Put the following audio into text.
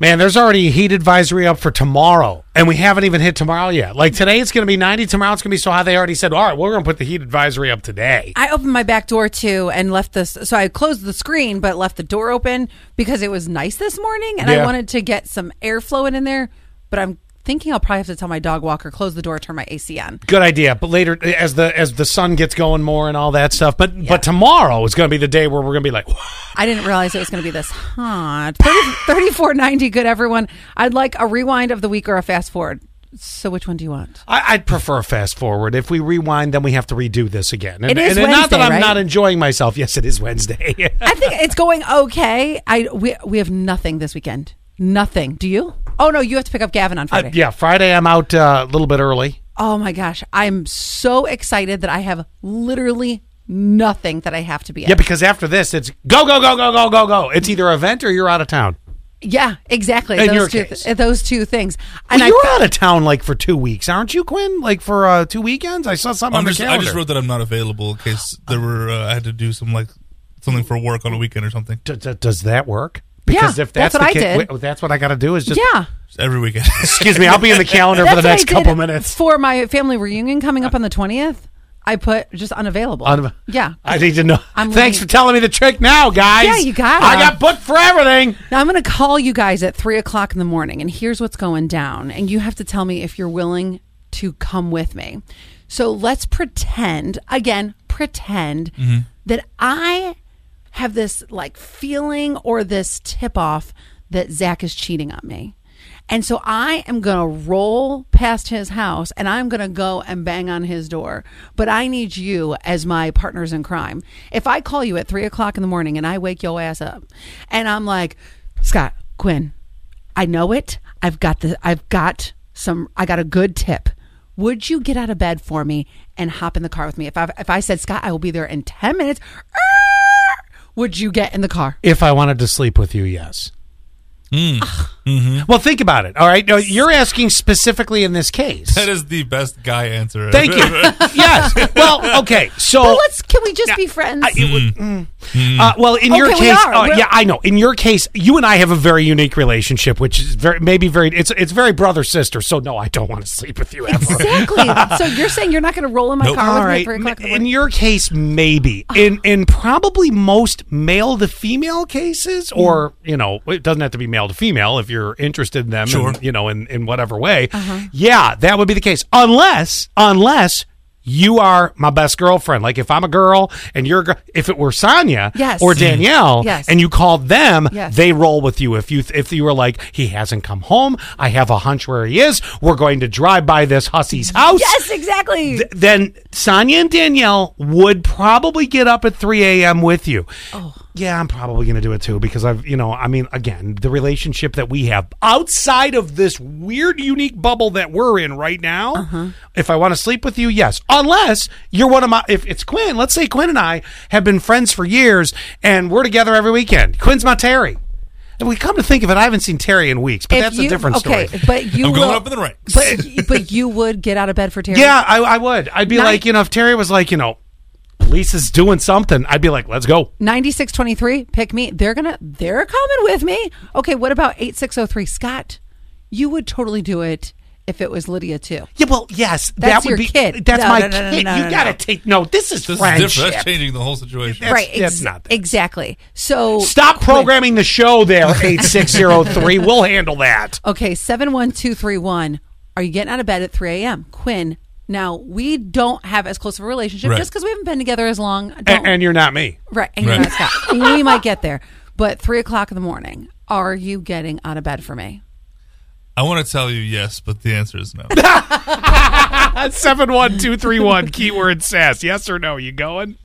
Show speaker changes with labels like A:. A: Man, there's already a heat advisory up for tomorrow, and we haven't even hit tomorrow yet. Like today, it's going to be 90. Tomorrow, it's going to be so high. They already said, all right, we're going to put the heat advisory up today.
B: I opened my back door too and left this. So I closed the screen, but left the door open because it was nice this morning and
A: Yeah.
B: I wanted to get some air flowing in there. But I'm thinking I'll probably have to tell my dog walker, close the door, turn my AC on.
A: Good idea. But later, as the as the sun gets going more and all that stuff. But but tomorrow is going to be the day where we're going to be like,
B: I didn't realize it was going to be this hot. 30, 34.90, good everyone. I'd like a rewind of the week or a fast forward. So which one do you want?
A: I, I'd prefer a fast forward. If we rewind, then we have to redo this again. And,
B: It is
A: and not that
B: Wednesday,
A: I'm
B: right?
A: not enjoying myself. Yes, it is Wednesday.
B: I think it's going okay. I we we have nothing this weekend. Nothing. Do you? Oh no, you have to pick up Gavin on
A: Uh,
B: Friday.
A: yeah, Friday I'm out uh, a little bit early.
B: Oh my gosh, I'm so excited that I have literally nothing that I have to be at.
A: Yeah, because after this, it's go go go go go go go. It's either event or you're out of town.
B: Yeah, exactly.
A: In
B: those
A: your
B: two
A: case.
B: those two things.
A: And you're
B: I
A: out of town like for two weeks, aren't you, Quinn? Like for uh, two weekends? I saw something on
C: I'm
A: the
C: just, I
A: calendar.
C: just wrote that I'm not available in case there were uh, I had to do some like something for work on a weekend or something.
A: D- d- does that work?
B: Yeah,
A: Because if that's,
B: that's what I
A: the ca-
B: did.
A: wait, that's what I got to do is just.
B: yeah.
C: Just every weekend.
A: Excuse me, I'll be in the calendar for the
B: That's what I
A: next
B: did
A: couple minutes.
B: For my family reunion coming up on the 20th, I put just unavailable.
A: Un-
B: yeah.
A: I need to know.
B: I'm
A: Thanks
B: leaving.
A: for telling me the trick now, guys.
B: Yeah, you gotta.
A: I got booked for everything.
B: Now I'm going to call you guys at three o'clock in the morning, and here's what's going down. And you have to tell me if you're willing to come with me. So let's pretend again, pretend that I have this like feeling or this tip off that Zach is cheating on me. And so I am going to roll past his house and I'm going to go and bang on his door. But I need you as my partners in crime. If I call you at three o'clock in the morning and I wake your ass up and I'm like, Scott, Quinn, I know it. I've got the, I've got some, I got a good tip. Would you get out of bed for me and hop in the car with me? If I, if I said, Scott, I will be there in 10 minutes, would you get in the car?
A: If I wanted to sleep with you, yes.
C: Hmm. Mm-hmm.
A: Well, think about it. All right, now, you're asking specifically in this case.
C: that is the best guy answer.
A: Thank you. yes. Well, okay. So
B: Well, let's, can we just be friends?
A: I- it would- mm. Uh, well, in your
B: Okay, we
A: case,
B: are.
A: uh,
B: We're-
A: yeah, I know. In your case, you and I have a very unique relationship, which is very, maybe very. It's it's very brother sister. So no, I don't want to sleep with you ever.
B: Exactly. so you're saying you're not going to roll in my
C: Nope.
B: car with
A: All
B: me at
A: right.
B: three o'clock in the
A: In
B: morning?
A: your case, maybe. In in probably most male to female cases, or you know, it doesn't have to be male to female if you're interested in them.
C: Sure.
A: in, you know, in in whatever way.
B: Uh-huh.
A: Yeah, that would be the case, unless unless. You are my best girlfriend. Like if I'm a girl and you're, a gir- if it were Sonya
B: Yes.
A: or
B: Mm.
A: Danielle,
B: Yes.
A: and you called them,
B: Yes.
A: they roll with you. If you if you were like he hasn't come home, I have a hunch where he is. We're going to drive by this hussy's house
B: Yes, exactly.
A: th- then Sonia and Danielle would probably get up at 3 a.m. with you. Oh. Yeah, I'm probably going to do it too because I've, you know, I mean, again, the relationship that we have outside of this weird, unique bubble that we're in right now.
B: Uh-huh.
A: If I want to sleep with you, yes. Unless you're one of my, if it's Quinn, let's say Quinn and I have been friends for years and we're together every weekend. Quinn's my Terry. And we come to think of it, I haven't seen Terry in weeks, but
B: If
A: that's
B: you-
A: a different
B: okay,
A: story.
B: But you
C: I'm going
B: will-
C: up in the ranks.
B: But, y- but you would get out of bed for Terry.
A: Yeah, I, I would. I'd be
B: Nice.
A: like, you know, if Terry was like, you know, Lisa's doing something, I'd be like, let's go.
B: 9623, pick me. They're going to, they're coming with me. Okay, what about 8603? Scott, you would totally do it if it was Lydia too.
A: Yeah, well, yes, that
B: That's
A: would
B: your
A: be
B: kid.
A: That's
B: No,
A: my
B: no, no, no,
A: kid.
B: no,
A: you
B: no,
A: gotta
B: no.
A: take no. This is
C: This is
A: friendship.
C: different. That's changing the whole situation.
A: That's-
B: right.
A: that's not that.
B: Exactly. So
A: Stop programming the show there, eight six zero three. We'll handle that.
B: Okay, 71231. Are you getting out of bed at 3 a.m.? Quinn, now we don't have as close of a relationship
C: Right.
B: just because we haven't been together as long.
A: A-
B: Don't-
A: And, you're not me.
B: right. And you're
C: Right.
B: not Scott. we might get there. But 3 o'clock in the morning, are you getting out of bed for me?
C: I want to tell you yes, but the answer is no.
A: Seven one two three one. Keyword sass. Yes or no? You going?